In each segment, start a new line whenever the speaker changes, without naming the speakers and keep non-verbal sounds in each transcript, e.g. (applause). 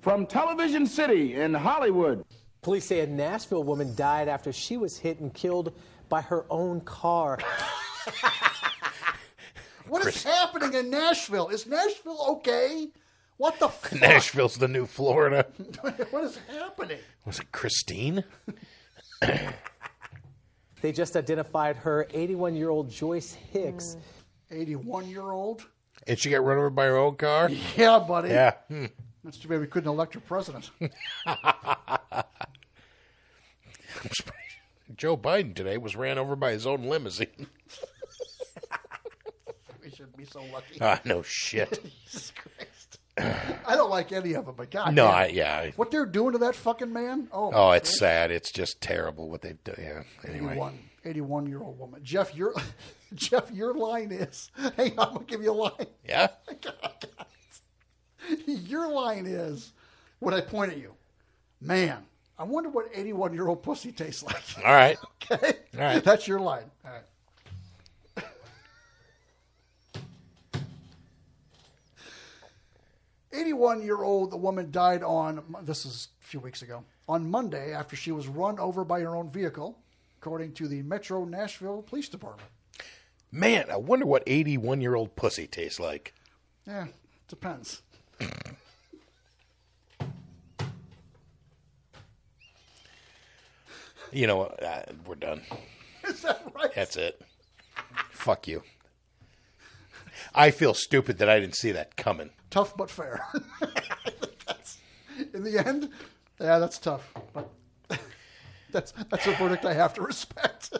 From Television City in Hollywood.
Police say a Nashville woman died after she was hit and killed by her own car.
What is happening in Nashville? Is Nashville okay? What the fuck?
(laughs) Nashville's the new Florida.
what is happening?
Was it Christine?
They just identified her 81 year old Joyce Hicks.
81 year old?
And she got run over by her own car?
Yeah, buddy.
Yeah. Hmm.
That's too bad we couldn't elect a president. (laughs)
Joe Biden today was ran over by his own limousine. (laughs)
we should be so lucky.
Ah, no shit.
Jesus Christ. I don't like any of them, but God.
No,
damn.
I, yeah. I-
What they're doing to that fucking man? Oh,
Oh, it's sad. It's just terrible what they've done. Yeah. Anyway.
81, 81 year old woman. Jeff, your (laughs) Jeff, your line is. (laughs) Hey, I'm gonna give you a line. (laughs)
Yeah.
Your line is when I point at you, man. I wonder what 81 year old pussy tastes like. (laughs)
All right.
Okay,
All
(laughs)
right.
that's your line. All right. Eighty-one-year-old, the woman died on this is a few weeks ago on Monday after she was run over by her own vehicle, according to the Metro Nashville Police Department.
Man, I wonder what 81 year old pussy tastes like.
Yeah, depends. (laughs)
You know what? Uh, we're done.
Is that right?
That's it. Fuck you. I feel stupid that I didn't see that coming.
tough but fair. (laughs) I think that's- in the end, yeah, that's tough, but (laughs) that's that's a verdict I have to respect.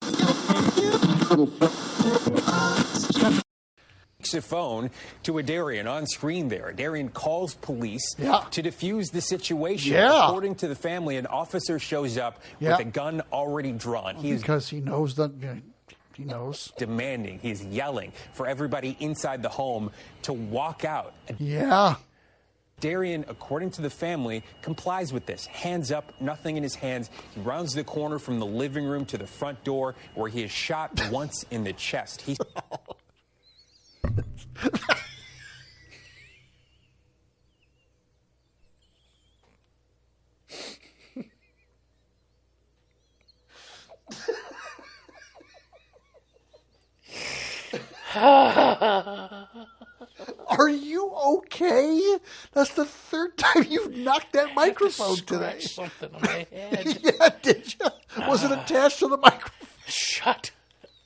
(laughs)
takes a phone to Adarian on screen there. Adarian calls police
Yeah.
to defuse the situation.
Yeah.
According to the family, an officer shows up
Yeah.
with a gun already drawn. He is
because he knows that you know, he knows.
demanding, he is yelling for everybody inside the home to walk out.
Yeah,
Darian, according to the family, complies with this. Hands up, nothing in his hands. He rounds the corner from the living room to the front door where he is shot once in the chest. He
are you okay? That's the third time you've knocked that microphone today.
Something on (laughs) my head.
(laughs) Yeah, did you? Was it attached to the microphone? (laughs)
Shut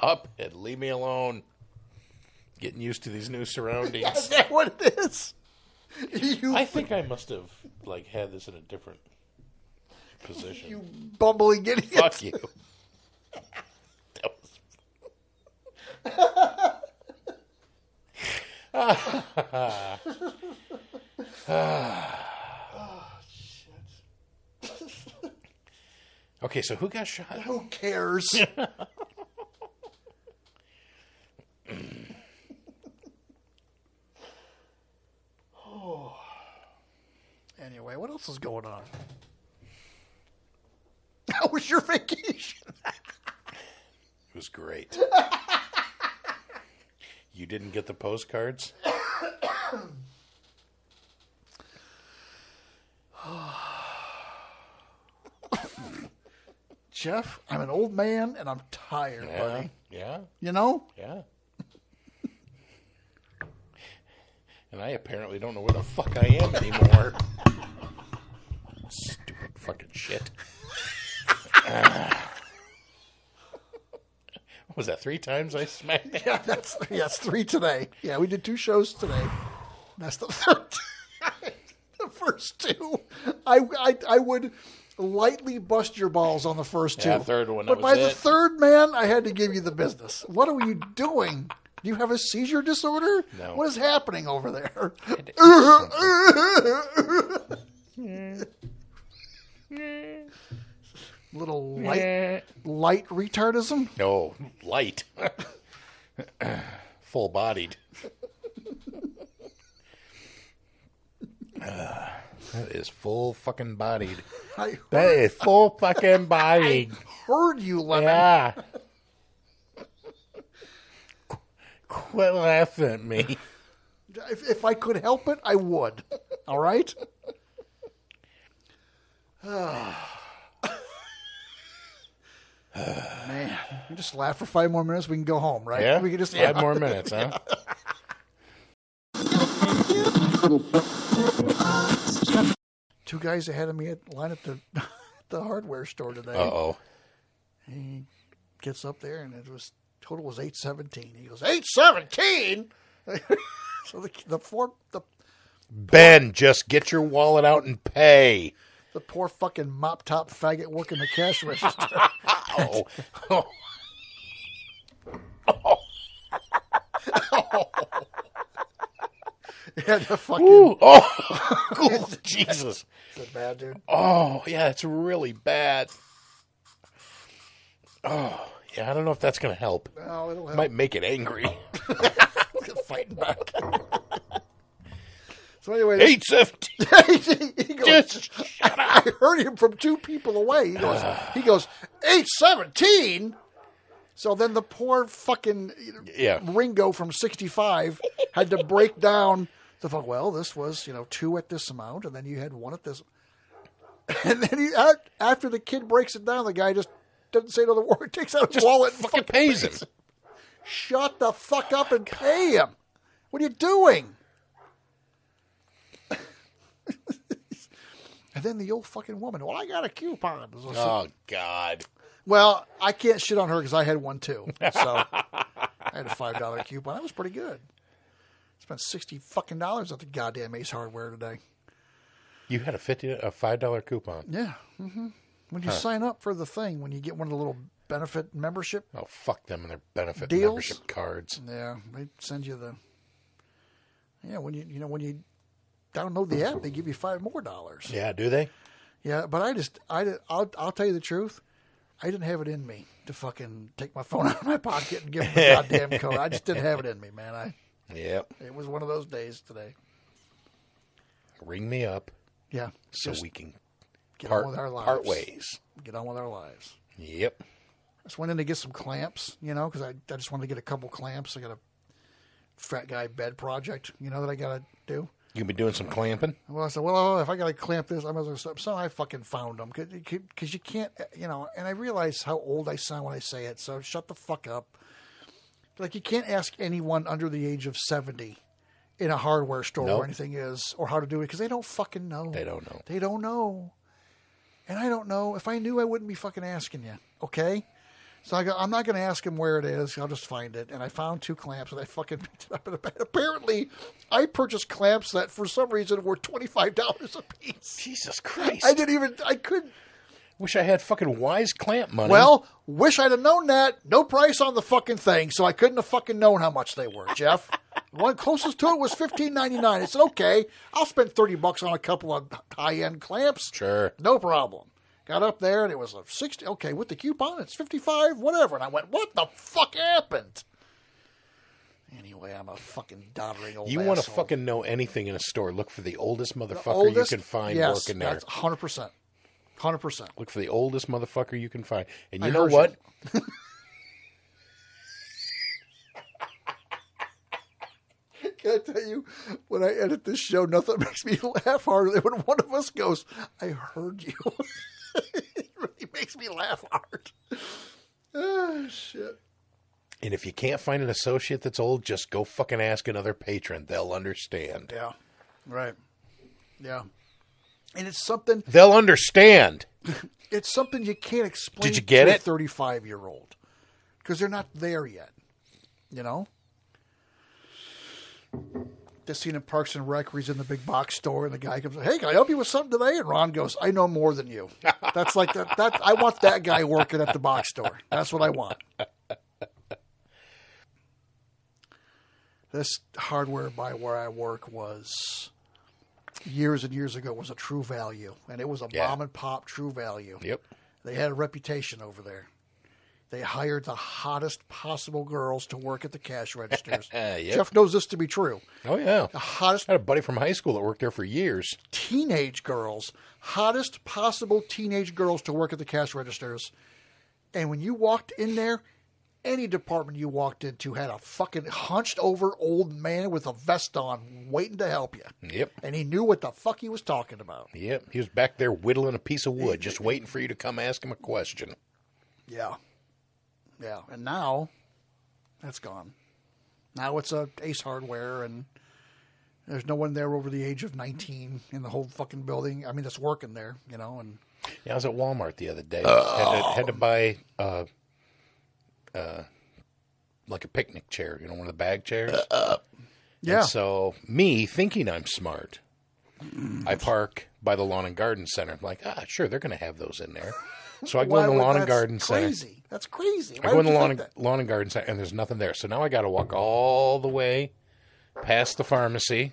up and leave me alone. Getting used to these new
Is
surroundings.
that what it is? You,
I think I must have like had this in a different position.
you bumbling idiot.
Fuck you. That was. Okay, so who got shot?
Who cares? (laughs) (sighs) anyway, what else is going on? (laughs) How was your vacation?
It was great. you didn't get the postcards?
Jeff, I'm an old man and I'm tired, buddy.
Yeah.
You know?
Yeah. and I apparently don't know where the fuck I am anymore. Stupid fucking shit. (sighs) what was that? Three times I smacked it?
Yeah, that's yes, three today. Yeah, we did two shows today. That's the (laughs) third time. The first two, I, I I would lightly bust your balls on the first two.
Yeah, third one, that
but
was
by the
it.
third man, I had to give you the business. What are you doing? Do you have a seizure disorder?
No.
What is happening over there? Little light light retardism.
No, light. (laughs) Full bodied. (sighs) that is full fucking bodied.
I
That is full fucking (laughs) bodied.
heard you, Lemon.
Yeah. Qu- Quit laughing at
I-
me.
if, if I could help it, I would. (laughs) All right? (sighs) Man, we just laugh for five more minutes. We can go home, right?
Yeah,
We can just
five more minutes, (laughs) huh?
Two guys ahead of me at line at the (laughs) the hardware store today.
Uh oh.
He gets up there and it was total was eight seventeen. He goes eight seventeen. so the the four the
Ben, just get your wallet out and pay.
the poor fucking mop top faggot working the cash register. (laughs)
Oh,
yeah, the fucking
Ooh. oh, (laughs) Cool. Jesus.
the bad dude.
Oh, yeah, it's really bad. Oh, yeah, I don't know if that's going to help.
Oh, it'll help.
Might make it angry. (laughs)
fighting back. so anyway,
870.
(laughs) he goes,
Just
I heard him from two people away. He goes, he goes, eight seventeen. So then the poor fucking you know,
Yeah.
Ringo from sixty five had to break down the fuck. Well, this was you know two at this amount, and then you had one at this. And then he a- after the kid breaks it down, the guy just doesn't say another (laughs) word. Takes out his wallet. And
fucking pays
(laughs)
him.
Shut the fuck up and pay him. What are you doing? (laughs) and then the old fucking woman. Well, I got a coupon.
Oh, God.
Well, I can't shit on her because I had one too. (laughs) So I had a five dollar coupon. That was pretty good. Spent sixty fucking dollars at the goddamn Ace Hardware today.
You had a 50 a $5 coupon.
Yeah. hmm When you sign up for the thing, when you get one of the little benefit membership,
Oh, fuck them and their benefit
Deals?
membership cards.
yeah, they send you the. Yeah, when you you know when you download the app, they give you five more dollars.
Yeah, do they?
Yeah, but I just I di- I'll I'll tell you the truth. I didn't have it in me to fucking take my phone (laughs) out of my pocket and give him the goddamn code. I just didn't have it in me, man. I
Yeah.
it was one of those days today.
Ring me up
Yeah,
so
just
we can
get
part,
on with our lives.
part ways.
Get on with our lives.
Yep.
I just went in to get some clamps, you know, because I I just wanted to get a couple clamps. I got a fat guy bed project, you know, that I gotta do.
You'll be doing some clamping.
Well, I said, well, if I got to clamp this, I'm going to So I fucking found them because you can't, you know. And I realize how old I sound when I say it, so shut the fuck up. Like you can't ask anyone under the age of seventy in a hardware store
Nope.
where anything is or how to do it because they don't fucking know.
They don't know.
They don't know. And I don't know. If I knew, I wouldn't be fucking asking you. Okay. So I go, I'm not going to ask him where it is. I'll just find it. And I found two clamps and I fucking (laughs) picked it up. And apparently, I purchased clamps that for some reason were $25 a piece.
Jesus Christ.
I didn't even, I couldn't.
Wish I had fucking wise clamp money.
Well, wish I'd have known that. No price on the fucking thing. So I couldn't have fucking known how much they
(laughs)
were, Jeff. One closest to it was fifteen ninety nine. I said, okay, I'll spend 30 bucks on a couple of high end clamps.
sure.
No problem. Got up there and it was a 60. Okay, with the coupon, it's 55, whatever. And I went, what the fuck happened? Anyway, I'm a fucking doddering old
You want to
asshole.
fucking know anything in a store? Look for the oldest motherfucker
Oldest-
you can find
yes,
working there.
That's 100%. 100%.
Look for the oldest motherfucker you can find. And you
I
know
heard you.
what?
Can I tell you, when I edit this show, nothing (laughs) makes me laugh harder than when one of us goes, I heard you. (laughs) it really makes me laugh hard. Oh, shit.
And if you can't find an associate that's old, just go fucking ask another patron. They'll understand.
Yeah. Right. Yeah. And it's something
They'll understand.
it's something you can't explain
Did you get
to a
it?
35 year old because they're not there yet you know this scene in parks and rec where he's in the big box store and the guy comes hey can i help you with something today and ron goes i know more than you that's like that, that i want that guy working at the box store that's what i want this hardware by where i work was years and years ago was a true value and it was a
Yeah.
mom and pop true value
Yep.
they had a reputation over there. They hired the hottest possible girls to work at the cash registers.
(laughs) Yep.
Jeff knows this to be true.
Oh yeah.
The hottest
I had a buddy from high school that worked there for years.
teenage girls, hottest possible teenage girls to work at the cash registers. And when you walked in there, any department you walked into had a fucking hunched over old man with a vest on waiting to help you.
Yep.
And he knew what the fuck he was talking about.
Yep. He was back there whittling a piece of wood, just waiting for you to come ask him a question.
Yeah. Yeah. And now that's gone. Now it's a Ace Hardware and there's no one there over the age of 19 in the whole fucking building. I mean, that's working there, you know, and
Yeah, I was at Walmart the other day. Had, to, had to buy uh, uh, like a picnic chair, you know, one of the bag chairs.
yeah.
And so me thinking I'm smart, I park by the lawn and garden center. I'm like, ah, sure, they're going to have those in there. So I go
Why
in the
would-
lawn and
that's
garden center.
crazy. That's crazy. Why
I go in
would
the
you
lawn
think
and,
that?
lawn and garden center, and there's nothing there. So now I got to walk all the way past the pharmacy.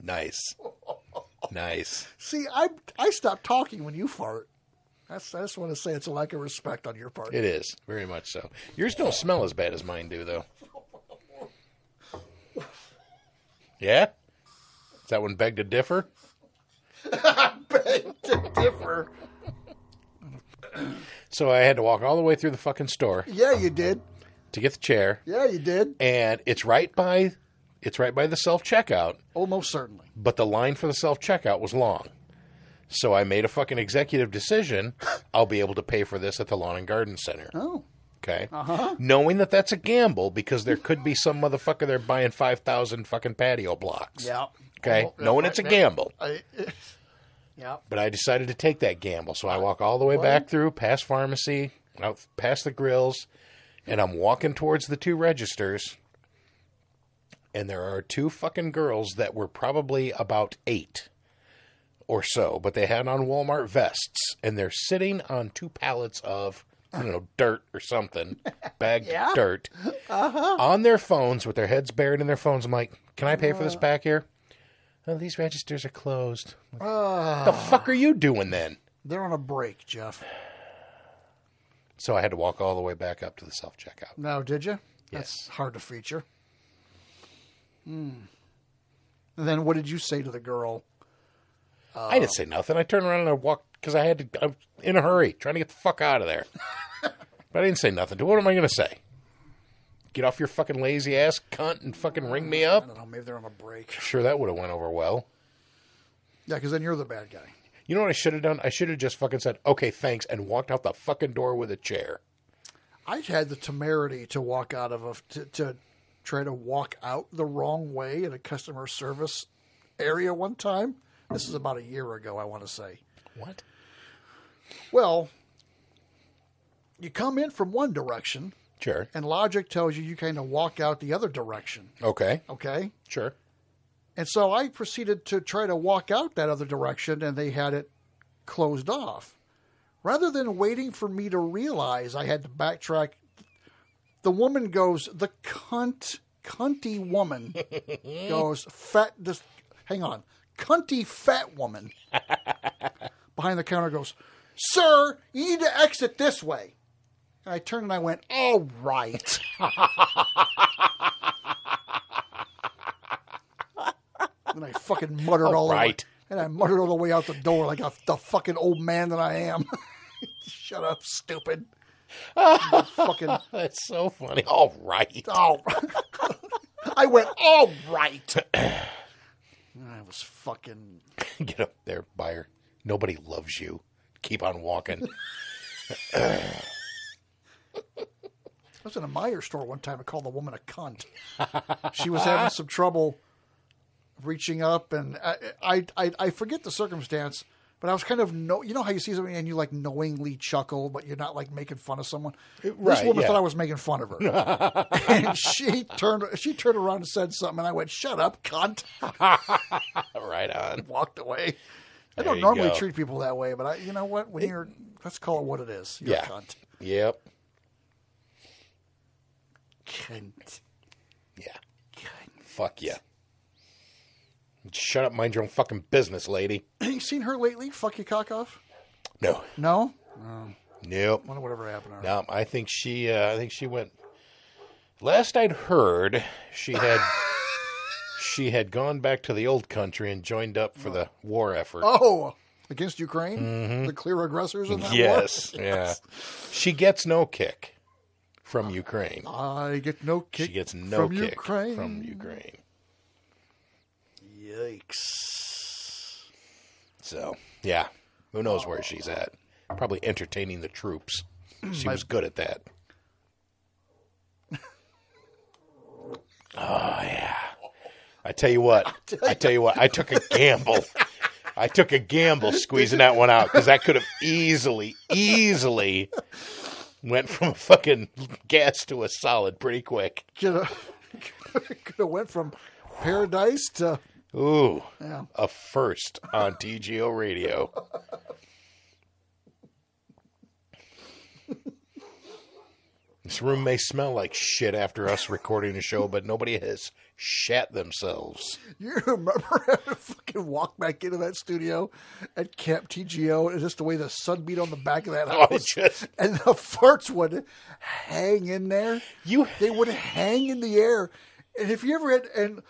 Nice, nice.
See, I I stopped talking when you fart. That's, I just want to say it's a lack of respect on your part.
It is very much so. Yours don't smell as bad as mine do, though. Yeah, is that one beg to differ?
differ.
So I had to walk all the way through the fucking store
Yeah, you did.
to get the chair,
Yeah, you did.
and it's right by, it's right by the self checkout.
Almost certainly.
but the line for the self checkout was long. So I made a fucking
(laughs)
executive decision. I'll be able to pay for this at the Lawn and Garden Center.
Oh. Uh-huh.
Okay. Knowing that that's a gamble because there could be some motherfucker there buying 5,000 fucking patio blocks.
Yeah.
Okay.
Almo-
Knowing
yeah,
it's a
yeah.
gamble.
I, yeah.
But I decided to take that gamble. So I walk all the way back through, past pharmacy, out past the grills, and I'm walking towards the two registers. And there are two fucking girls that were probably about eight or so, but they had on Walmart vests, and they're sitting on two pallets of, I don't know, dirt or something, bagged dirt, on their phones with their heads buried in their phones. I'm like, can I pay for this back here? Oh, these registers are closed. What the fuck are you doing then?
They're on a break, Jeff.
So I had to walk all the way back up to the self checkout.
No, did you?
Yes.
That's hard to feature. Hmm. And then what did you say to the girl?
I didn't say nothing. I turned around and I walked because I had to. I'm in a hurry, trying to get the fuck out of (laughs) there. but I didn't say nothing. To her. what am I going to say? Get off your fucking lazy ass, cunt, and fucking ring me
I
up.
don't know. Maybe they're on a break.
Sure, that would have went over well.
Yeah, because then you're the bad guy.
You know what I should have done? I should have just fucking said, "Okay, thanks," and walked out the fucking door with a chair.
I had the temerity to walk out of a to, to try to walk out the wrong way in a customer service area one time. This is about a year ago, I want to say.
What?
Well, you come in from one direction,
Sure.
and logic tells you you kind of walk out the other direction.
Okay.
Okay,
(laughs) Sure.
and so I proceeded to try to walk out that other direction, and they had it closed off. Rather than waiting for me to realize I had to backtrack, the woman goes, the cunt, cunty woman goes, fat, this, hang on, cunty fat woman (laughs) behind the counter goes, Sir, you need to exit this way. And I turned and I went, All right. (laughs) and I fucking muttered all, the way,
right.
and I muttered all the way out the door like a, the fucking old man that I am. (laughs) Shut up, stupid. You fucking
That's so funny. All right.
all. I went all right. I was fucking
(laughs) Get up there, buyer. Nobody loves you. Keep on
(laughs)
walking. (laughs)
I was in a Meyer store one time. I called the woman a cunt. she was having some trouble reaching up, and I, I, I, I forget the circumstance, but I was kind of no. You know how you see something and you like knowingly chuckle, but you're not like making fun of someone. this
right,
woman
yeah.
thought I was making fun of her,
(laughs)
and she turned she turned around and said something, and I went, "Shut up, cunt!"
right on.
Walked away. I
There
don't
you
normally
go.
treat people that way, but I, you know what? When you're, let's call it what it is. You're
Yeah.
a cunt.
Yep.
Cunt.
Yeah. Fuck yeah. Shut up, mind your own fucking business, lady.
(clears throat) you seen her lately? Fuck your cock off.
No.
No.
Nope.
wonder whatever happened to her.
No, I think she. Uh, I think she went. Last I'd heard,
(laughs)
she had she had gone back to the old country and joined up for the war effort.
Oh, against Ukraine,
Mm-hmm.
the clear aggressors in that war?
yes, yeah. She gets no kick from Ukraine.
I get no kick.
She gets no
from
kick
Ukraine.
from Ukraine.
Yikes!
So, yeah, who knows where she's at? Probably entertaining the troops. She was good at that. oh yeah. I tell you what. (laughs) I tell you what. I took a gamble. I took a gamble squeezing that one out because that could have easily, easily went from a fucking gas to a solid pretty quick.
Could (laughs) have, could have went from paradise to
Ooh,
Yeah.
a first on TGO Radio. (laughs) this room may smell like shit after us recording the show, but nobody has shat themselves.
You remember (laughs) having to fucking walk back into that studio at Camp TGO and just the way the sun beat on the back of that
(laughs) Oh,
house.
just-
And the farts would hang in there.
You-
They would hang in the air. And if you ever had, and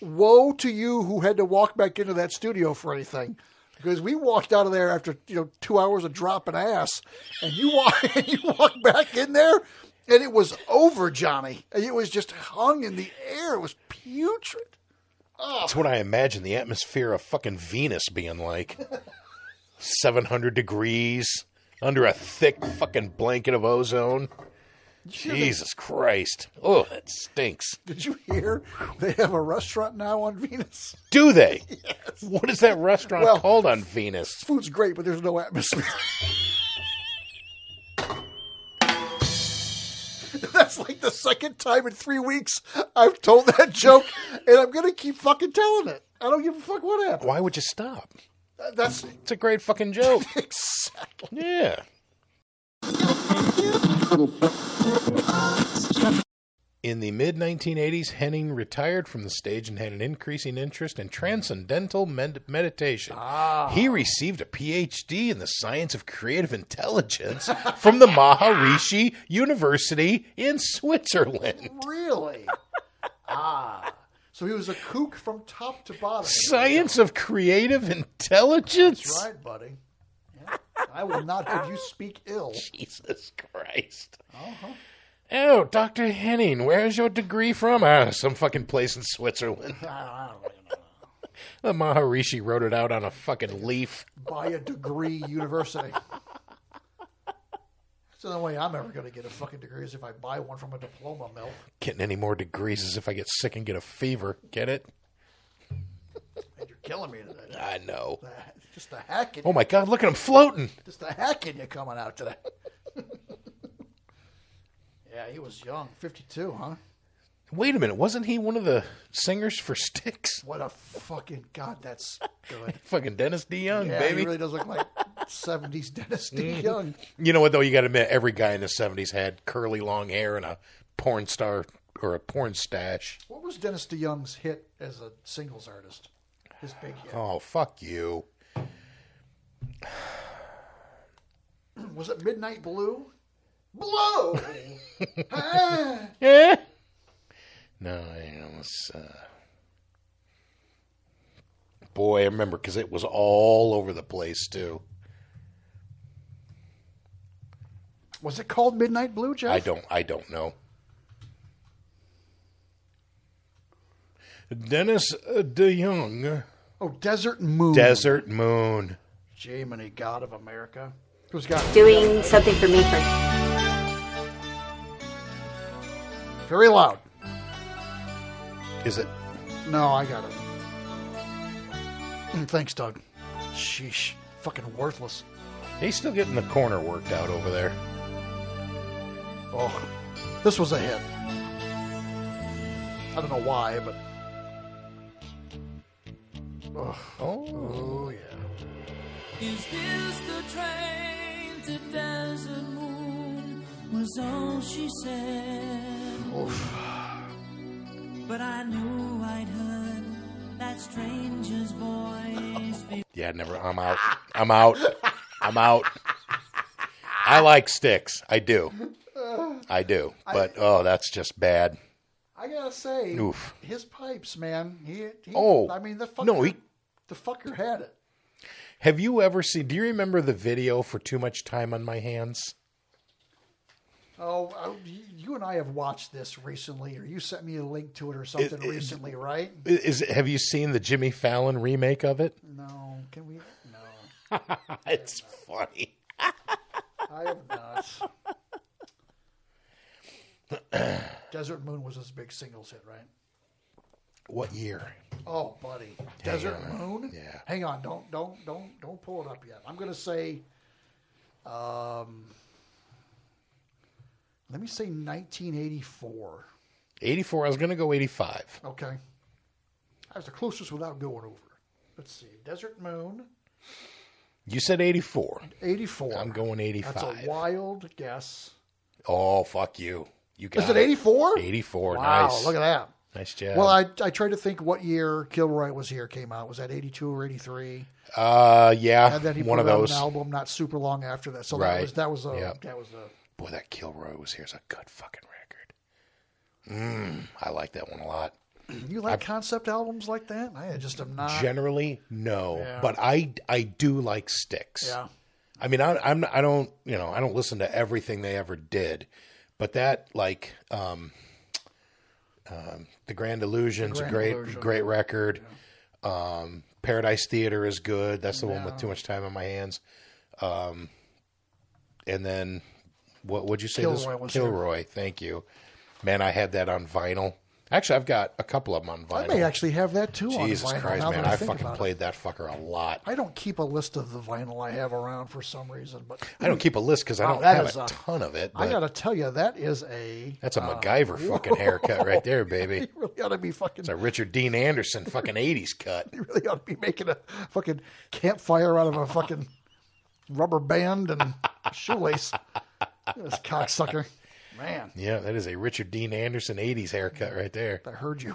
woe to you who had to walk back into that studio for anything. Because we walked out of there after you know two hours of dropping ass, and you walk (laughs) and you walk back in there, and it was over, Johnny. It was just hung in the air. It was putrid.
That's what I imagine the atmosphere of fucking Venus being like 700 degrees under a thick fucking blanket of ozone. Jesus Christ. Oh, that stinks.
Did you hear they have a restaurant now on Venus?
Do they?
(laughs)
What is that restaurant
Well-
called on Venus?
Food's great, but there's no atmosphere. (laughs) That's like the second time in three weeks I've told that joke, and I'm gonna keep fucking telling it. I don't give a fuck what happened.
Why would you stop?
That's
It's a great fucking
(laughs)
joke.
exactly.
yeah. In the mid 1980s, Henning retired from the stage and had an increasing interest in transcendental med- meditation.
Ah.
He received a PhD in the science of creative intelligence from the Maharishi University in Switzerland.
Really? Ah. So he was a kook from top to bottom.
Science of creative intelligence?
That's right, buddy. Yeah. I will not have you speak ill. (laughs)
Jesus Christ. Oh, Dr. Henning, where's your degree from? Ah, some fucking place
(laughs)
in Switzerland. the Maharishi wrote it out on a fucking leaf.
by a degree university. That's the only way I'm ever going to get a fucking degree is if I buy one from a diploma mill.
Getting any more degrees is if I get sick and get a fever. Get it?
And you're killing me today.
I know.
Just the hack in
Oh
you,
my God, look at him floating.
just the hack in you coming out today. yeah, he was young, 52, huh?
Wait a minute, wasn't he one of the singers for Sticks?
What a fucking god, that's good.
Fucking Dennis DeYoung,
Yeah,
baby. Mm-hmm.
he really does look like 70s
(laughs)
Dennis D. Young.
You know what though? You got to admit, every guy in the '70s had curly long hair and a porn star or a porn stash.
What was Dennis DeYoung's hit as a singles artist? His big hit.
Oh fuck you!
Was it Midnight Blue? Blue!
(laughs) Yeah. No, you know, it's, uh... boy, I remember because it was all over the place too.
Was it called Midnight Blue, Jeff?
I don't, I don't know. Dennis uh, DeYoung,
Oh, Desert Moon.
Desert Moon.
Jiminy, God of America. Who's got
doing something for me for
very loud?
Is it?
No, I got it. Mm, Thanks, Doug. Sheesh. Fucking worthless.
He's still getting the corner worked out over there.
Oh, this was a hit. I don't know why, but.
Oh,
Oh, yeah.
Is this the train to Desert Moon? Was all she said.
Oof.
But I knew I'd heard that stranger's voice. before.
yeah. Never. I'm out. I'm out. I'm out. I like sticks. I do. I do. But oh, that's just bad.
I gotta say,
Oof.
his pipes, man. He, he,
Oh.
I mean, the fucker,
No, he-
the fucker had it.
Have you ever seen? Do you remember the video for "Too Much Time on My Hands"?
Oh, I- you and I have watched this recently, or you sent me a link to it or something
it-
recently, right?
Is have you seen the Jimmy Fallon remake
(laughs)
of it?
No, can we? No.
It's funny.
I have not. (coughs) Desert Moon was his big singles hit, right?
What year?
Oh, buddy, Desert
on.
Moon.
Yeah.
Hang on, don't don't don't don't pull it up yet. I'm gonna say, um, let me say 1984.
84. I was going to go 85.
Okay, I was the closest without going over. Let's see, Desert Moon,
You said 84.
84.
I'm going
That's a
85.
wild guess.
Oh, fuck you. You got
Is it 84?
84.
Wow,
nice.
look at that.
Nice job.
Well, I I tried to think what year Kilroy was here came out. Was that eighty two or eighty three?
uh, yeah,
And then he
(sighs) one
put
of
out
those.
an album not super long after that. So
Right.
that was that was a
Yep.
that was a
Boy, that Kilroy was here's a good fucking record. Mm, I like that one a lot.
you like concept albums like that? I just am not.
Generally, no, but I I do like Sticks.
yeah.
I mean, I, I'm I don't you know I don't listen to everything they ever did, but that like um, um the Grand Illusion's a
Grand
great
Illusion.
great record. Um, Paradise Theater is good. That's the one with too much time on my hands. Um, and then what would you say?
Kilroy
this
was
Kilroy. Thank you, man. I had that on vinyl. Actually, I've got a couple of them on
I
vinyl.
may actually have that too.
Jesus
on vinyl,
Christ,
now
man!
That I,
I
think
fucking
about it.
played that fucker a lot.
I don't keep a list of the vinyl I have around for some reason, but
I don't keep a list because I
Wow,
don't
that
have
is
a
a-
ton of it.
I
but-
gotta tell you that is a
That's a MacGyver fucking haircut right
(laughs)
there,
Uh,
baby.
you really ought to be fucking.
It's a Richard Dean Anderson fucking
(laughs)
eighties cut.
You really ought to be making a fucking campfire out of a fucking rubber band and shoelace. This cocksucker, man.
Yeah, that is a Richard Dean Anderson eighties haircut right there.
I heard you.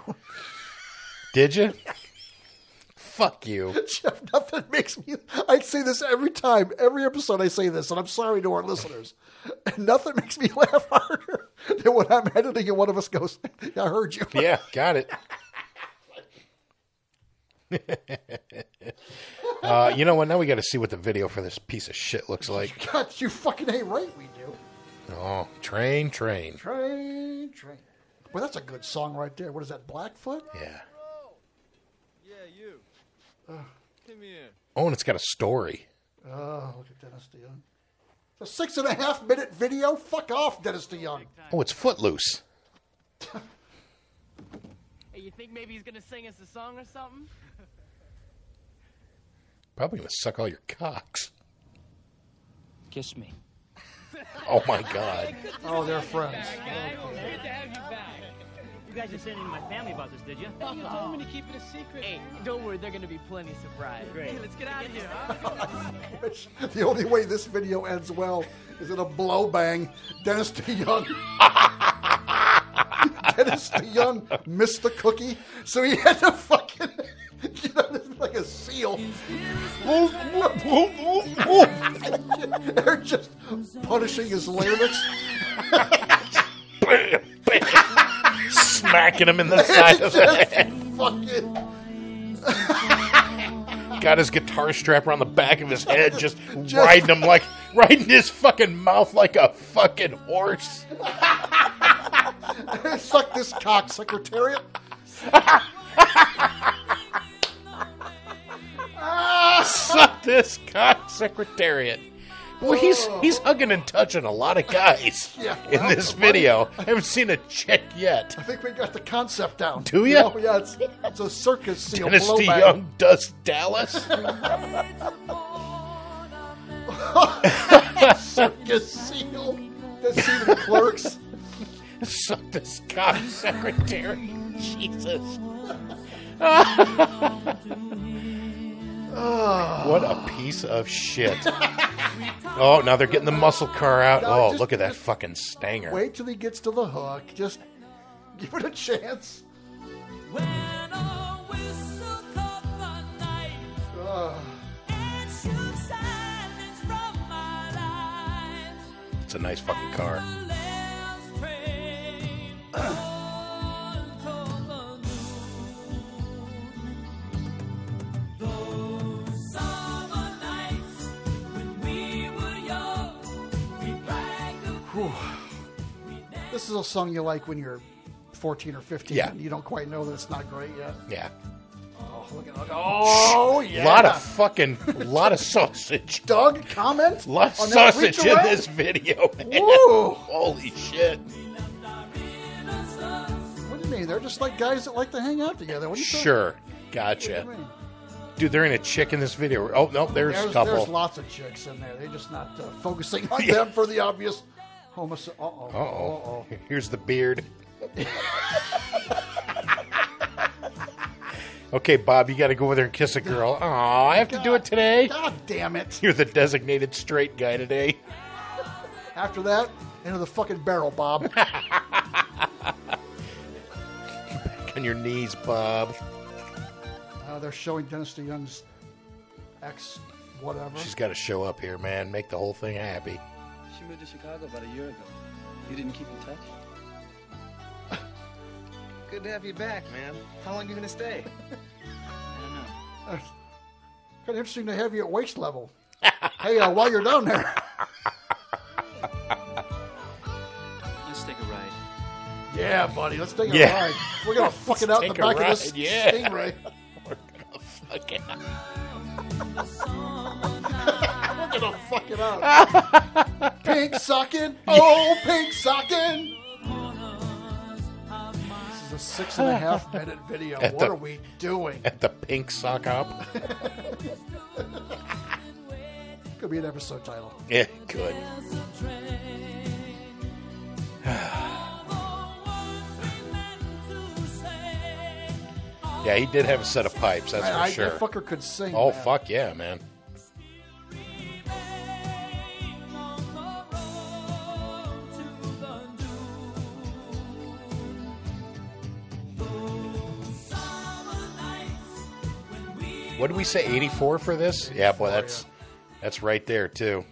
(laughs)
Did you? Fuck you.
Jeff, nothing makes me. I say this every time, every episode. I say this, and I'm sorry to our listeners. And nothing makes me (laughs) laugh harder than when I'm editing and one of us goes, "I heard you."
Yeah, got
(laughs)
it. uh, you know what? Now we got to see what the video for this piece of shit looks like.
God, you fucking ain't right. We do.
Oh, train, train.
Train, train. Well, that's a good song right there. What is that, Blackfoot?
Yeah.
Yeah, you. Come here.
Oh, and it's got a story.
Oh, look at Dennis DeYoung. It's a six and a half minute video. Fuck off, Dennis DeYoung.
Oh, it's Footloose.
Hey, you think maybe he's gonna sing us a song or something?
Probably gonna suck all your cocks.
Kiss me.
Oh my god.
(laughs) Oh, they're friends.
Good to have you back.
You guys didn't say anything to my family about this, did you?
You told me to keep it a secret.
Hey, don't worry, they're gonna be plenty surprised.
Great.
Hey, let's get out of here. huh?
(laughs)
The only way this video ends well is in a blow bang. Dennis DeYoung. (laughs) Dennis DeYoung missed the cookie, so he had to fucking (laughs) get on his, like a seal. (laughs) Woof, woof, woof, woof, woof. They're just punishing his lyrics.
smacking him in the
(laughs)
side of the head.
Fucking. (laughs)
Got his guitar strap around the back of his head, just,
Just-
riding him like riding his fucking mouth like a fucking horse.
Suck this cock, Secretariat.
Suck this cock secretariat. Well, he's he's hugging and touching a lot of guys
Yeah,
in
that's
this
funny.
video. I haven't seen a chick yet.
I think we got the concept down.
Do
You
ya?
know, yeah, it's, it's a circus seal.
Dennis
blow bang.
DeYoung does Dallas.
Circus seal. That scene in
(laughs)
Clerks. (laughs)
Suck this cock secretariat. Jesus. (laughs) what a piece of shit. Oh, now they're getting the muscle car out.
No,
Oh,
just-
look at that
just-
fucking stanger.
Wait till he gets to the hook. Just give it a chance.
When a whistle caught the night and shook silence from my life,
It's a nice fucking car.
the last train on toward the noon. Those summer nights when we were young, we bragged of
this is a song you like when you're 14 or 15.
Yeah.
And you don't quite know that it's not great yet.
Yeah.
Oh, look at oh yeah.
(laughs) Lot of fucking, lot of
(laughs)
sausage.
Doug comment.
Lot of
on that
sausage in
redirect?
this video, (laughs) man.
Woo!
Holy shit.
What do you mean? They're just like guys that like to hang out together. What do you think?
Sure.
What
Gotcha.
do you mean?
Dude, they're in a chick in this video. Oh, no, there's, a
There's,
couple.
there's lots of chicks in there. They're just not uh, focusing
(laughs)
on them for the obvious homosexual. Uh
Uh-oh.
oh.
Here's the beard. okay, Bob, you got to go over there and kiss a girl. Oh, I have to do it today.
God damn it.
You're the designated straight guy today.
After that, into the fucking barrel,
(laughs)
Bob.
On your knees, Bob.
uh, they're showing Dynasty Young's ex whatever.
She's got to show up here, man. Make the whole thing happy.
She moved to Chicago about a year ago. You didn't keep in touch? Good to have you back, man. How long you gonna stay?
Uh, kind of interesting to have you at waist level. hey, uh, while you're down there. (laughs)
Let's take a ride.
Yeah, buddy, let's take a
Yeah.
ride. We're
(laughs)
gonna fuck it out in the back
Let's take a
of this
ride, yeah.
stingray.
(laughs) We're gonna fuck it
We're
up.
gonna fuck it out. pink
(laughs)
sucking, oh pink sucking. This is a six
(laughs)
and a half minute video.
At
what
the-
are we doing?
(laughs) At the pink sock hop.
Could be an episode title.
Yeah, good. (sighs) yeah, he did have a set of pipes, that's for
I, I,
sure.
That fucker could sing.
oh,
man.
fuck yeah, man. What did we say, 84 for this? Yeah, boy, that's that's right there, too.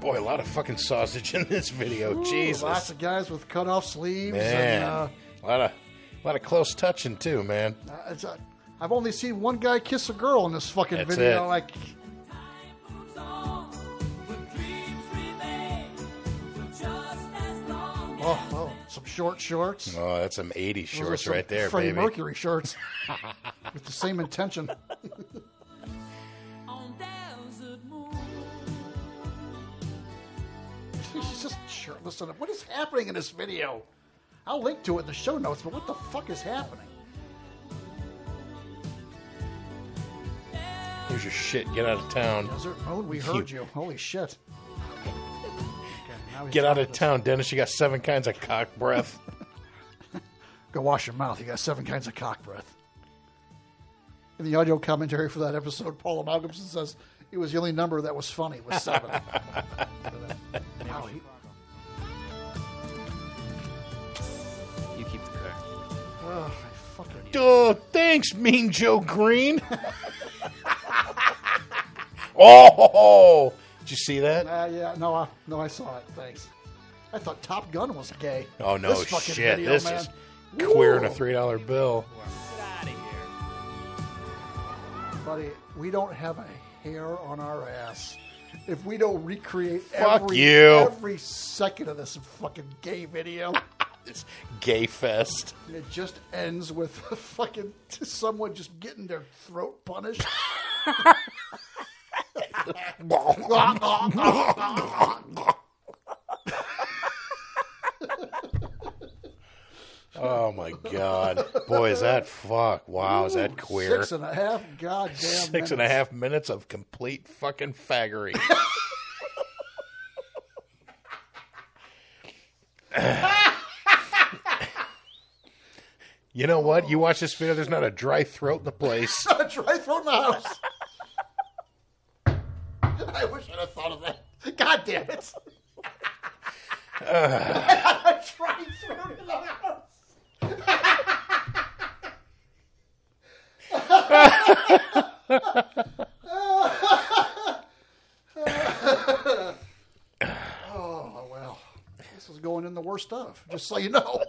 Boy, a lot of fucking sausage in this video.
Ooh,
Jesus.
Lots of guys with cut off sleeves.
Man,
And, uh,
a lot of a lot of close touching too, man.
Uh, It's a, I've only seen one guy kiss a girl in this fucking
That's
video.
it.
Like, oh, oh, some short shorts. Those
Oh, that's some '80s
are
shorts
some
right there,
Freddie
baby.
Mercury shorts
(laughs)
with the same intention. She's just shirtless. on it. What is happening in this video? I'll link to it in the show notes. But what the fuck is happening?
Here's your shit. Get out of town.
Desert Moon, we heard you. Holy shit.
Get out of town, Dennis. You got seven kinds of cock breath. (laughs)
Go wash your mouth. You got seven kinds of cock breath. In the audio commentary for that episode, Paul Amalgamson says it was the only number that was funny was (laughs) seven. wow, he-
You keep the car.
oh, I fucking
Duh, thanks, Mean Joe Green. (laughs) oh, did you see that?
uh, yeah, no, I, no, I saw it. Thanks. I thought Top Gun was gay.
Oh no,
This fucking
shit!
video,
this
man.
is queer in a
Woo!
three dollar bill.
buddy. We don't have a hair on our ass if we don't recreate
Fuck
every,
you.
every second of this fucking gay video.
It's gay fest.
And it just ends with (laughs) fucking someone just getting their throat
(laughs)
punished. (laughs)
Oh my god, boy, is that fuck? Wow, is that queer?
Six and a half goddamn
Six and a
minutes.
half minutes of complete
(laughs)
fucking faggery. you know what? You watch this video, there's not a dry throat in
(laughs)
the place.
Dry throat in the house. (laughs) I wish I'd have thought of that. God damn it. (laughs) I tried throat in the house. (laughs) oh well, this is going in the worst of. Just so you (laughs) know.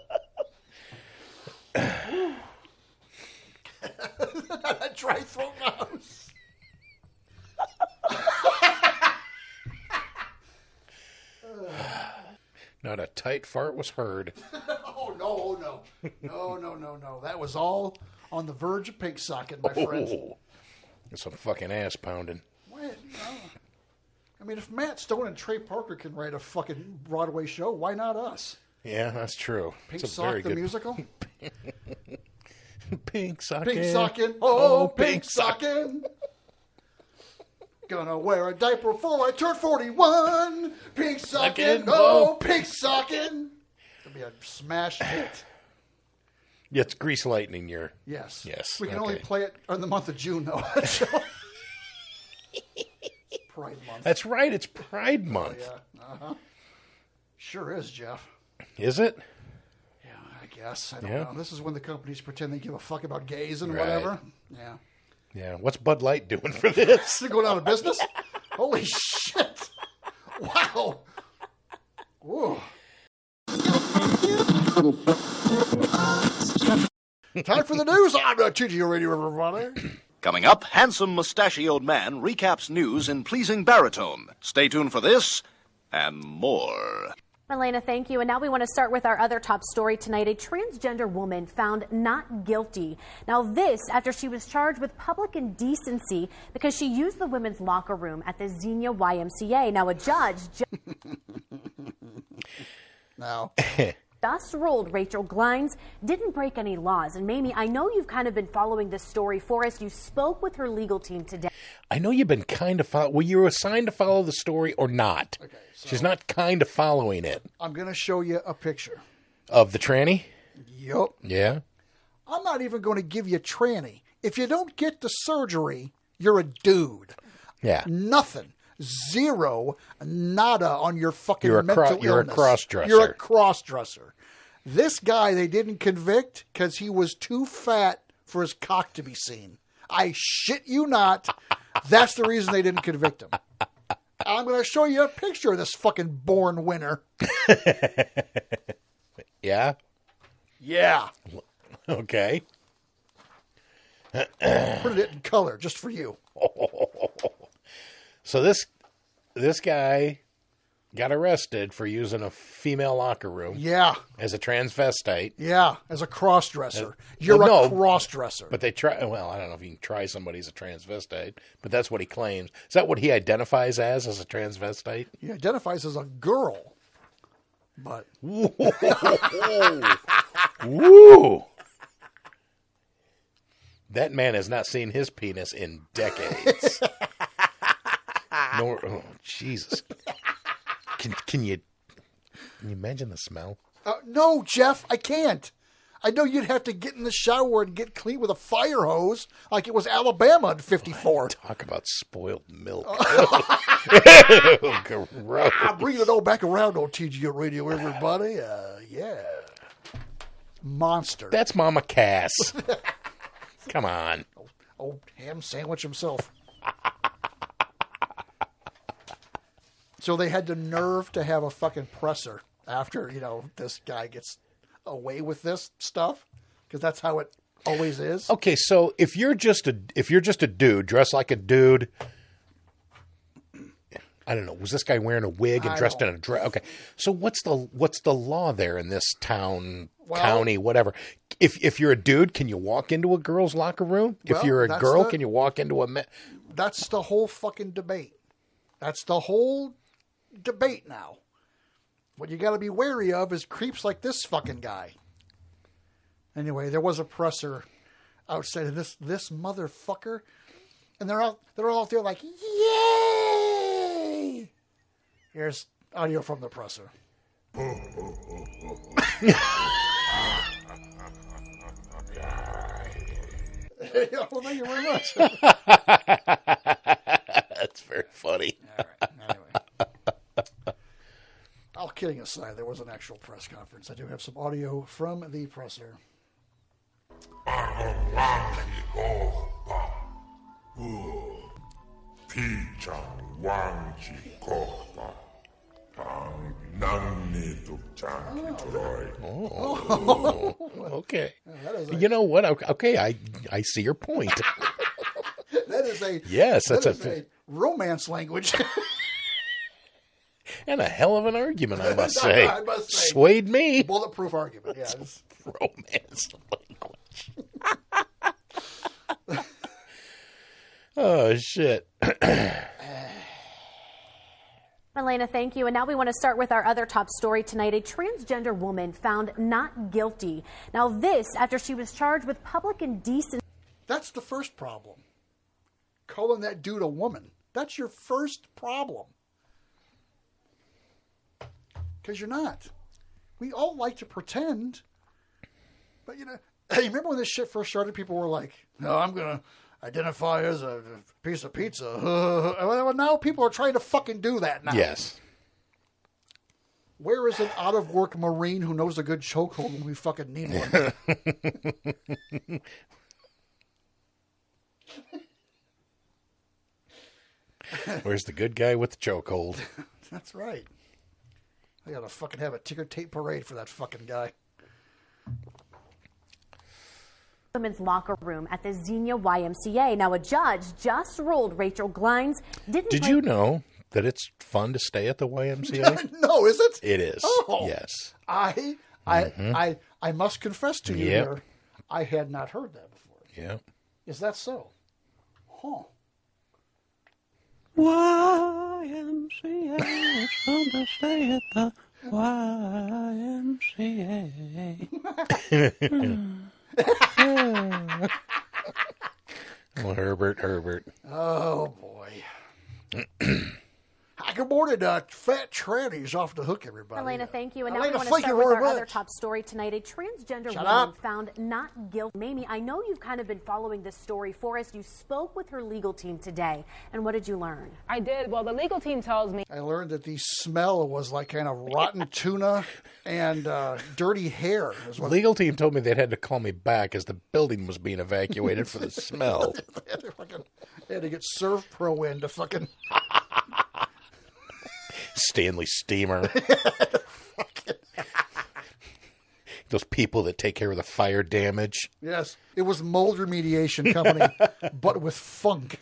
a dry throat nose.
Not a tight fart was heard.
(laughs) oh no, oh no, no, no, no, no. That was all on the verge of pink socket, my friend.
Oh, that's some fucking ass pounding.
What? No. I mean, if Matt Stone and Trey Parker can write a fucking Broadway show, why not us?
Yeah, that's true.
Pink
It's a
Sock
very
the
good-
musical.
(laughs) Pink socket.
Pink sockin', oh, pink sockin'. Gonna wear a diaper before I turn 41. Pink sockin',
Sockin',
oh,
whoa.
pink sockin'. It'll be a smash hit.
Yeah, it's Grease Lightning year.
Yes.
Yes.
We can only
okay.
play it in the month of June, though. (laughs) Pride month.
That's right. It's Pride Month.
Oh, yeah. Uh-huh. Sure is, Jeff.
Is it?
I guess. I don't
Yeah.
know. This is when the companies pretend they give a fuck about gays and
Right.
whatever. Yeah.
Yeah. What's Bud Light doing for this?
They're going out of
(laughs)
business? Holy shit. Wow. Ooh. Time for the news on uh, TGO Radio, everybody.
Coming up, handsome mustachioed man recaps news in pleasing baritone. Stay tuned for this and more.
Elena, thank you. And now we want to start with our other top story tonight. A transgender woman found not guilty. Now, this after she was charged with public indecency because she used the women's locker room at the Xenia YMCA. Now, a judge ju- (laughs)
Now,
just ruled Rachel Glines didn't break any laws. And Mamie, I know you've kind of been following this story for us. You spoke with her legal team today.
(clears throat) I know you've been kind of follow. Were you assigned to follow the story or not? Okay, She's not kind of following it
I'm going to show you a picture.
of the tranny.
Yup.
Yeah.
I'm not even going to give you tranny. If you don't get the surgery, you're a dude.
Yeah.
Nothing. Zero. Nada on your fucking
You're a
mental
cro- you're a
illness.
crossdresser.
You're a crossdresser. This guy they didn't convict because he was too fat for his cock to be seen. I shit you not. That's the reason they didn't convict him. I'm going to show you a picture of this fucking born winner.
Yeah.
Yeah.
(laughs) Okay.
Printed it in color just for you.
So this this guy got arrested for using a female locker room.
Yeah.
As a transvestite.
Yeah, as a crossdresser.
Uh,
You're
well,
a
no.
crossdresser.
But they try. Well, I don't know if you can try somebody as a transvestite, but that's what he claims. Is that what he identifies as as a transvestite?
He identifies as a girl. But
Woo! That man has not seen his penis in decades. Nor, oh, Jesus. Can can you can you imagine the smell?
Uh, no, Jeff, I can't. I know you'd have to get in the shower and get clean with a fire hose like it was Alabama in 54.
Talk about spoiled milk. (laughs) Gross.
I'm bringing it all back around on TGO Radio, everybody. Uh, yeah. Monster.
That's Mama Cass. Come on.
Old ham sandwich himself. so they had the nerve to have a fucking presser after, you know, this guy gets away with this stuff because that's how it always is.
Okay, so if you're just a if you're just a dude, dressed like a dude. I don't know. Was this guy wearing a wig and
I
dressed in
don't-
a dress? Okay. So what's the what's the law there in this town,
Well-
county, whatever? If if you're a dude, can you walk into a girl's locker room?
Well,
if you're a
that's
girl,
the-
can you walk into a ma-
That's the whole fucking debate. That's the whole debate now. What you got to be wary of is creeps like this fucking guy. Anyway, there was a presser outside of this this motherfucker, and they're all they're all out there like, yay! Here's audio from the presser. (laughs) well, thank you very much.
That's very funny.
(laughs) All kidding aside, there was an actual press conference. I do have some audio from the presser.
피자 왕지코가 낭내독장 들어요.
Oh, okay.
that is
You know what? Okay, Okay, I I see your point.
(laughs) that is a
Yes,
that
that's a-
is a romance language.
And a hell of an argument, I
(laughs)
must say.
I must say.
Swayed
(laughs)
me.
Bulletproof argument. Yeah. it's-
Romance (laughs) language. (laughs) oh, shit.
Elena, thank you. And now we want to start with our other top story tonight. A transgender woman found not guilty. Now, this after she was charged with public indecency.
That's the first problem. Calling that dude a woman. That's your first problem. Because you're not. We all like to pretend, but you know, (clears throat) hey, remember when this shit first started? People were like, no, I'm going to identify as a piece of pizza. (laughs) well, now people are trying to fucking do that now.
Yes.
Where is an out of work Marine who knows a good chokehold when we fucking need one?
Where's the good guy with the chokehold?
That's right. I gotta fucking have a ticker tape parade for that fucking guy.
women's locker room at the Xenia YMCA. Now, a judge just ruled Rachel Glines didn't.
Did
break-
you know that it's fun to stay at the YMCA?
(laughs) no, is it?
(laughs)
Mm-hmm.
It is.
Oh.
Yes.
I I
Mhm.
I I must confess to you
Yep.
here, I had not heard that before.
Yeah.
Is that so? Huh.
YMCA, it's fun to stay at the YMCA.
(laughs) Well, Herbert, Herbert.
Oh boy. Hi, (clears throat) good morning, uh, fat tranny's off the hook, everybody.
Elena, thank you. And now
Elena,
we want to
thank you
start with
very
our other
much.
top story tonight. A transgender
Shut
woman
up.
found not guilty. Mamie, I know you've kind of been following this story for us. You spoke with her legal team today. And what did you learn?
I did. Well, the legal team tells me
I learned that the smell was like kind of rotten (laughs) tuna and uh, dirty hair. Is what (laughs)
Legal team told me they'd had to call me back as the building was being evacuated (laughs) for the smell.
they had to get Surf Pro in to fucking (laughs)
Stanley (laughs) Steamer. Those people that take care of the fire damage.
Yes, it was mold remediation (laughs) company, but with funk.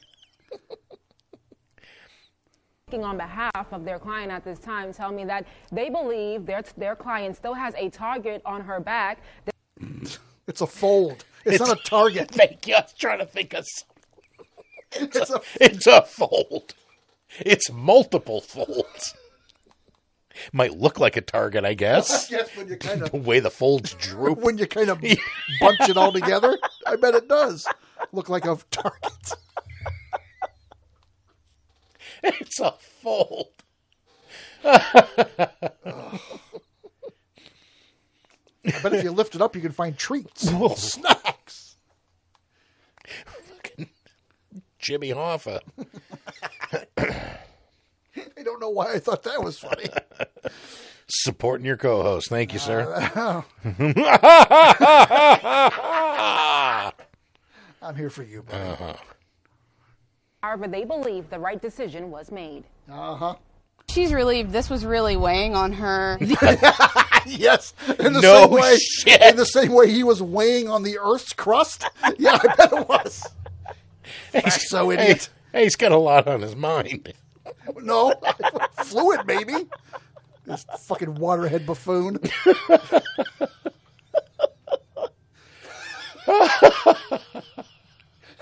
speaking on behalf of their client at this time tell me that they believe their their client still has a target on her back.
It's a fold. It's, not a target. (laughs)
Thank you. I was trying to think of
something. It's, a,
It's a fold. It's multiple folds. Might look like a target, I (laughs) guess.
(laughs) Yes, when you kind
the
of
way the folds droop.
(laughs) when you kind of bunch it all (laughs) together, I bet it does look like a target.
It's a fold.
I bet if you lift it up, you can find (laughs) treats, snacks.
Jimmy Hoffa.
I don't know why I thought that was funny.
Supporting your co host. Thank you, (laughs)
Uh,
sir.
I'm here for you, buddy.
However, they believe the right decision was made.
Uh huh.
She's relieved this was really weighing on
(laughs)
her.
(laughs) yes, in the
No
same way,
shit.
in the same way he was weighing on the Earth's crust. Yeah, I bet it was. That's so idiot.
Hey, he's got a lot on his mind.
No, (laughs) fluid maybe. This fucking waterhead (laughs) buffoon.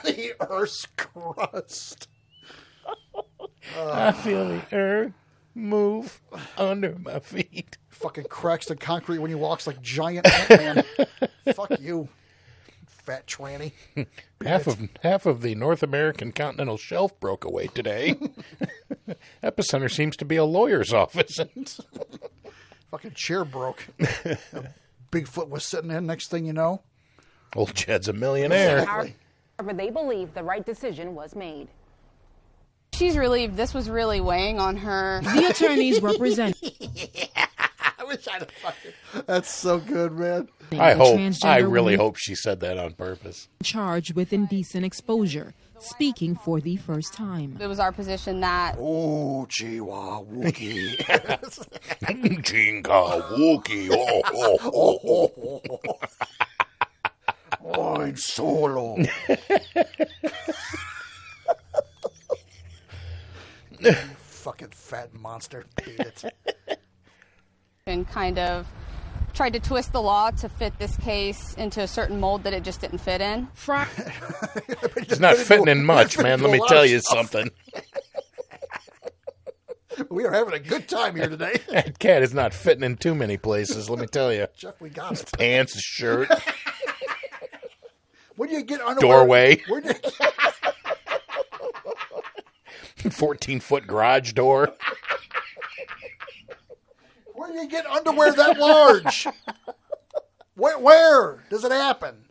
the Earth's crust.
I feel the earth move under my feet.
Fucking cracks the concrete when he walks like giant Ant-Man. Fuck you, fat tranny.
Half of half of the North American continental shelf broke away (laughs) today. Epicenter seems to be a lawyer's (laughs) office.
Fucking chair broke. Bigfoot was sitting in. Next thing you know,
Old Jed's a millionaire.
However, they believe the right decision was made.
She's relieved this was really weighing on her.
The attorneys
represent.
(laughs) I wish I'd have fucking. That's so good, man.
I hope. I
transgender
really
woman.
hope she said that on purpose.
charged with indecent exposure, speaking for the first time.
It was our position that
Oh, Chihuahua (laughs) Wookie.
Jinka Wookie. Oh, oh, oh, oh.
I'm
(laughs)
solo. fucking fat monster. Beat it.
Corporation kind of tried to twist the law to fit this case into a certain mold that it just didn't fit in.
(laughs)
It's not fitting in much, man. Let me tell you something.
We are having a good time here today.
That cat is not fitting in too many places. Let me tell you.
Jeff, we got it.
Pants, shirt, (laughs)
When do you get underwear?
doorway,
Where do you get,
fourteen foot garage door.
where do you get underwear that large? where, where does it happen?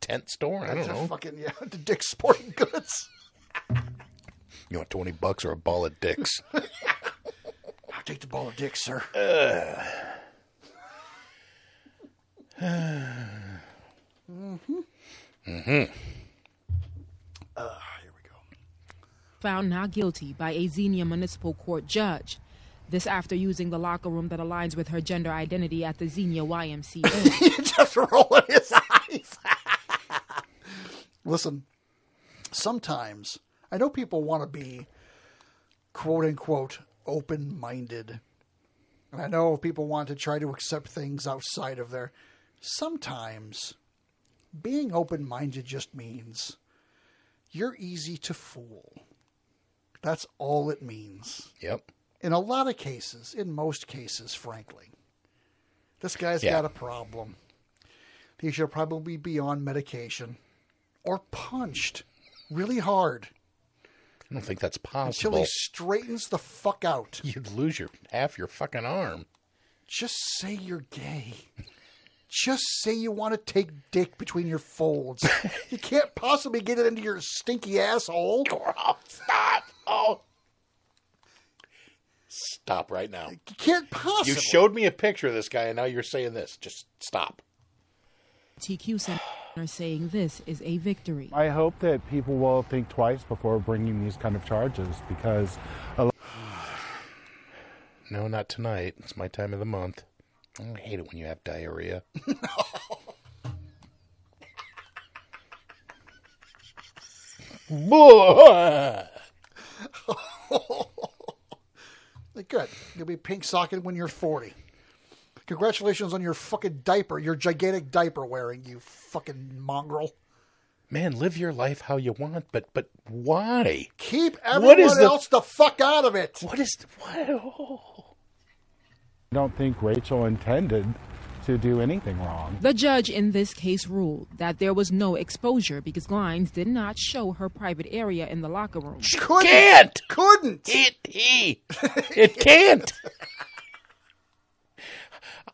Tent store. I don't
That's a
know.
Fucking yeah, (laughs) the Dick's Sporting Goods.
You want twenty bucks or a ball of dicks?
I'll take the ball of dicks, sir.
Mm-hmm.
Mm-hmm.
Uh,
Found not guilty by a Xenia Municipal Court judge. This after using the locker room that aligns with her gender identity at the Xenia
(laughs)
YMCA.
Just rolling his eyes. Listen, sometimes I know people want to be quote unquote open minded. And I know people want to try to accept things outside of their. Sometimes being open minded just means you're easy to fool. That's all it means.
Yep.
In a lot of cases, in most cases, frankly, this guy's
Yeah.
got a problem. He should probably be on medication or punched really hard
I don't think that's
until
possible.
he straightens the fuck out.
You'd lose your half your fucking arm.
Just say you're gay. Just say you want to take dick between your
(laughs)
folds. you can't possibly get it into your stinky asshole.
Stop. Oh. Stop right now.
You can't possibly.
You showed me a picture of this guy, and now you're saying this. Just stop.
TQ Center saying this is a victory.
I hope that people will think twice before bringing these kind of charges because a lot
(sighs) No, not tonight. It's my time of the month. I hate it when you have diarrhea.
Good. You'll be pink socking when you're 40. Congratulations on your fucking diaper, your gigantic diaper wearing, you fucking mongrel.
Man, live your life how you want, but but why?
Keep everyone
What is the-
else the fuck out of it.
What is. What?
I don't think Rachel intended to do anything wrong.
The judge in this case ruled that there was no exposure because Glines did not show her private area in the locker room.
Couldn't.
Can't.
Couldn't.
It, (laughs) he. It can't.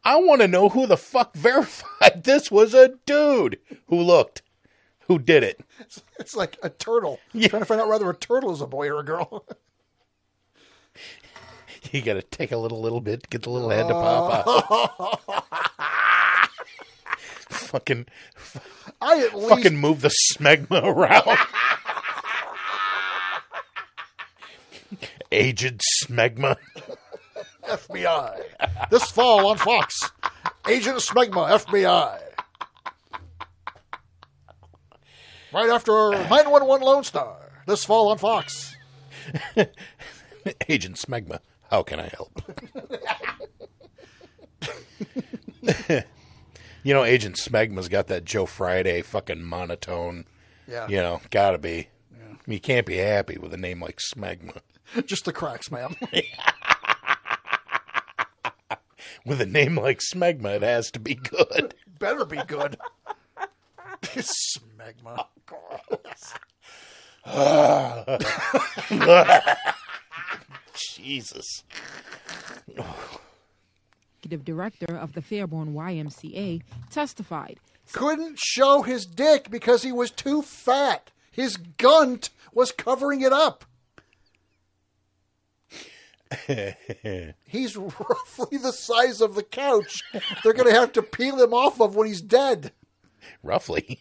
I want to know who the fuck verified this was a dude who looked, who did it.
(laughs) It's like a turtle. Trying to find out whether a turtle is a boy or a girl. (laughs)
You got to take a little, little bit, get the little head to pop out. (laughs) fucking,
I at least
fucking move the smegma (laughs) around. Aged smegma. (laughs)
FBI. This fall on Fox. Agent Smegma, FBI. Right after
(sighs)
911 Lone Star. This fall on Fox.
Agent Smegma, how can I help? (laughs) you know, Agent Smegma's got that Joe Friday fucking monotone.
Yeah.
You know, gotta be. You can't be happy with a name like Smegma.
Just the cracks, ma'am.
With a name like Smegma, it has to be good. (laughs)
Better be good. Smegma.
Jesus. (sighs)
Executive director of the Fairborn YMCA testified.
Couldn't show his dick because he was too fat. His gunt was covering it up. He's roughly the size of the couch they're going to have to peel him off of when he's dead.
Roughly.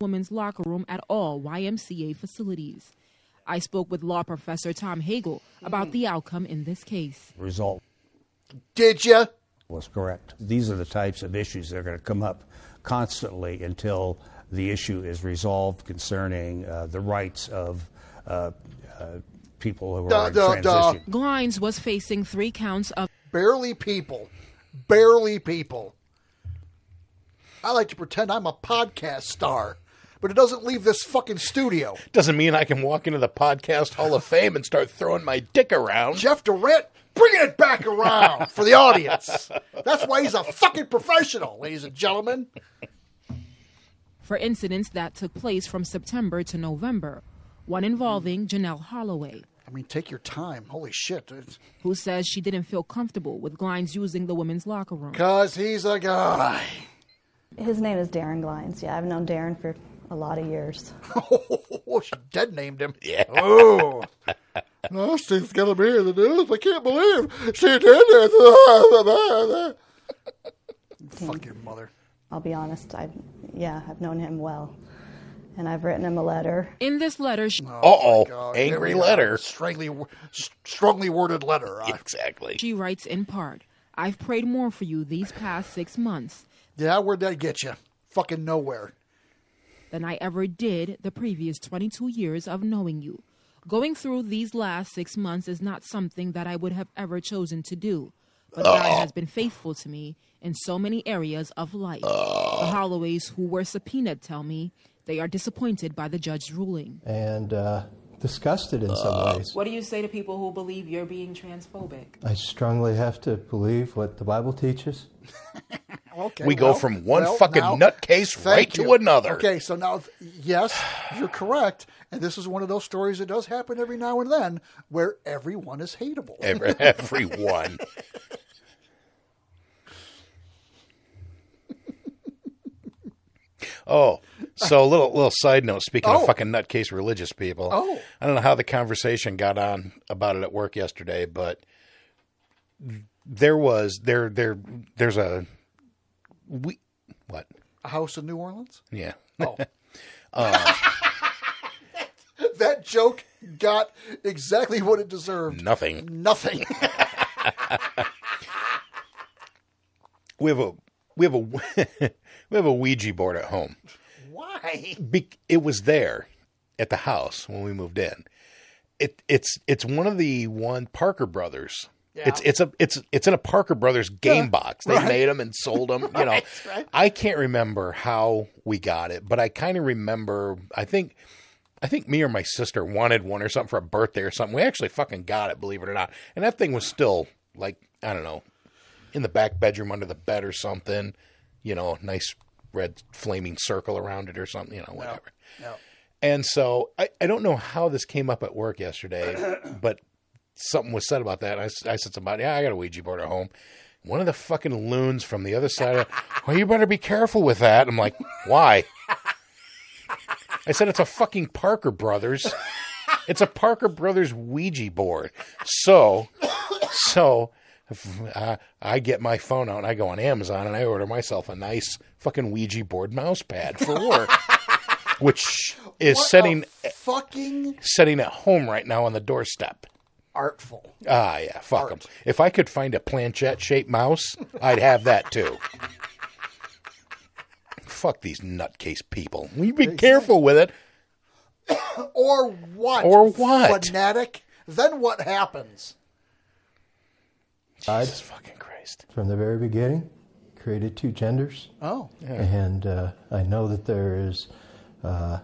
women's locker room at all YMCA facilities. I spoke with law professor Tom Hagel about the outcome in this case.
result
Did you?
was correct. These are the types of issues that are going to come up constantly until the issue is resolved concerning uh, the rights of uh, uh, people who are in transition.
Glines was facing three counts of
barely people, barely people. I like to pretend I'm a podcast star, but it doesn't leave this fucking studio.
Doesn't mean I can walk into the podcast Hall of Fame and start throwing my dick around.
Jeff Durant bringing it back around for the audience. That's why he's a fucking professional, ladies and gentlemen.
for incidents that took place from September to November, one involving Janelle Holloway,
I mean, take your time. Holy shit. It's-
who says she didn't feel comfortable with Glines using the women's locker room.
Cause he's a guy.
His name is Darren Glines. Yeah, I've known Darren for a lot of years.
Oh, she dead named him. (laughs) Yeah. Oh.
no,
she's gonna be in the news. I can't believe she did this. (laughs) Fuck your mother.
I'll be honest. I, yeah, I've known him well, and I've written him a letter.
In this letter, she,
Uh-oh.
God, oh, here
Angry
we go.
letter.
Strongly, wo- s- strongly worded letter.
exactly.
she writes in part, I've prayed more for you these past six months
Yeah, where'd that get you? Fucking nowhere.
than I ever did the previous 22 years of knowing you. Going through these last six months is not something that I would have ever chosen to do, but God has been faithful to me in so many areas of life. The Holloways, who were subpoenaed, tell me they are disappointed by the judge's ruling.
and uh, disgusted in some ways.
What do you say to people who believe you're being transphobic?
I strongly have to believe what the Bible teaches.
Okay,
We go
well-
from one
well,
fucking
now-
nutcase
thank
right to
you.
another.
Okay, so now, th- yes, you're correct. And this is one of those stories that does happen every now and then where everyone is hateable. (laughs)
Every, everyone. oh, so a little little side note. Speaking
Oh.
of fucking nutcase religious people,
Oh.
I don't know how the conversation got on about it at work yesterday, but there was there there there's a we what
A house in New Orleans?
yeah
Oh.
Uh,
That joke got exactly what it deserved.
(laughs) nothing. (laughs)
Nothing.
we have a (laughs) we have a we have a Ouija board at home.
Why?
Be- it was there at the house when we moved in. It it's it's one of the one Parker Brothers.
Yeah.
It's it's a it's it's in a Parker Brothers game
Yeah,
box. They
right.
made them and
(laughs)
sold them. you know,
Right, right.
I can't remember how we got it, but I kind of remember. I think I think me or my sister wanted one or something for a birthday or something. We actually fucking got it, believe it or not. And that thing was still like I don't know, in the back bedroom under the bed or something. You know, nice red flaming circle around it or something. You know, whatever.
No.
And so I, I don't know how this came up at work yesterday, (clears throat) but something was said about that. I, s- I said something about, yeah, I got a Ouija board at home. One of the fucking loons from the other side of, well, you better be careful with that. I'm like, why? I said, it's a fucking Parker Brothers. It's a Parker Brothers Ouija board. So, so uh, I get my phone out and I go on Amazon and I order myself a nice fucking Ouija board mouse pad for work, which is
What a
setting
fucking
setting at home right now on the doorstep.
artful.
Ah, yeah, fuck them. If I could find a planchette shaped mouse, I'd have that too. fuck these nutcase people. You be careful with it.
Or what?
Or what?
Fanatic? Then what happens?
Jesus
fucking Christ.
From the very beginning, created two genders.
Oh.
And uh, I know that there is uh,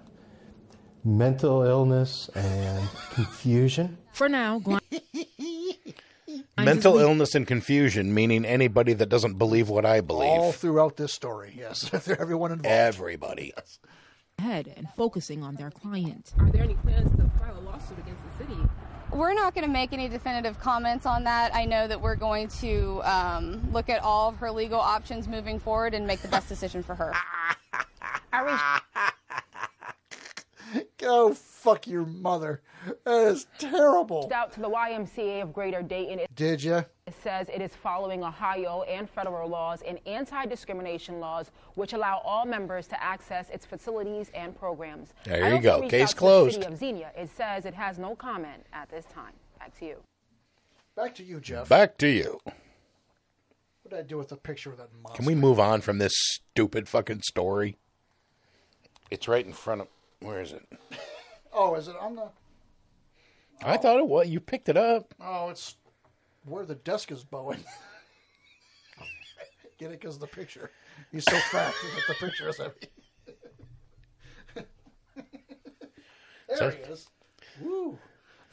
mental illness and confusion.
For now, Glines.
Mental illness and confusion, meaning anybody that doesn't believe what I believe.
All throughout this story, yes. (laughs) Everyone involved.
Everybody.
ahead and focusing on their client.
Are there any plans to file a lawsuit against the city?
We're not going to make any definitive comments on that. I know that we're going to um, look at all of her legal options moving forward and make the best decision for her.
Go fuck your mother. That is terrible.
Reached out to the YMCA of Greater Dayton. It
Did you?
says it is following Ohio and federal laws and anti-discrimination laws, which allow all members to access its facilities and programs.
There
I
you
also
go.
reached
Case
out to the
closed.
City of Xenia. It says it has no comment at this time. Back to you.
Back to you, Jeff.
Back to you.
What did I do with the picture of that monster?
Can we move on from this stupid fucking story? It's right in front of. Where is it?
Oh, is it on the?
I thought it was. You picked it up.
Oh, it's where the desk is bowing. (laughs) Get it? Cause the picture. He's so fat that the picture is heavy. (laughs) there
So-
he is. Woo.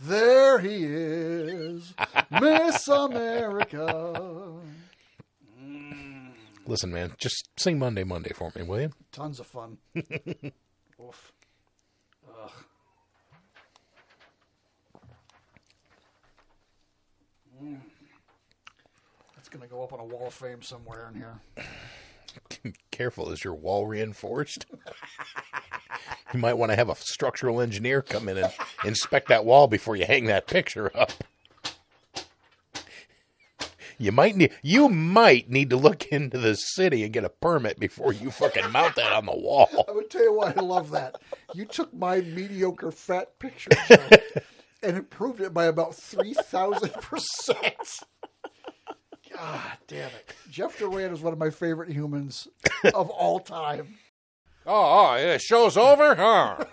There he is, Miss America.
Listen, man, just sing Monday, Monday for me, will you?
Tons of (laughs) fun. Oof. Ugh. Mm. That's gonna go up on a wall of fame somewhere in here.
Careful, is your wall reinforced? you might want to have a structural engineer come in and inspect that wall before you hang that picture up. You might need you might need to look into the city and get a permit before you fucking mount that on the wall.
I would tell you why I love that. You took my mediocre fat picture Joe, and improved it by about three thousand percent. God damn it! Jeff Duran is one of my favorite humans of all time.
Oh, oh, the show's over? Huh?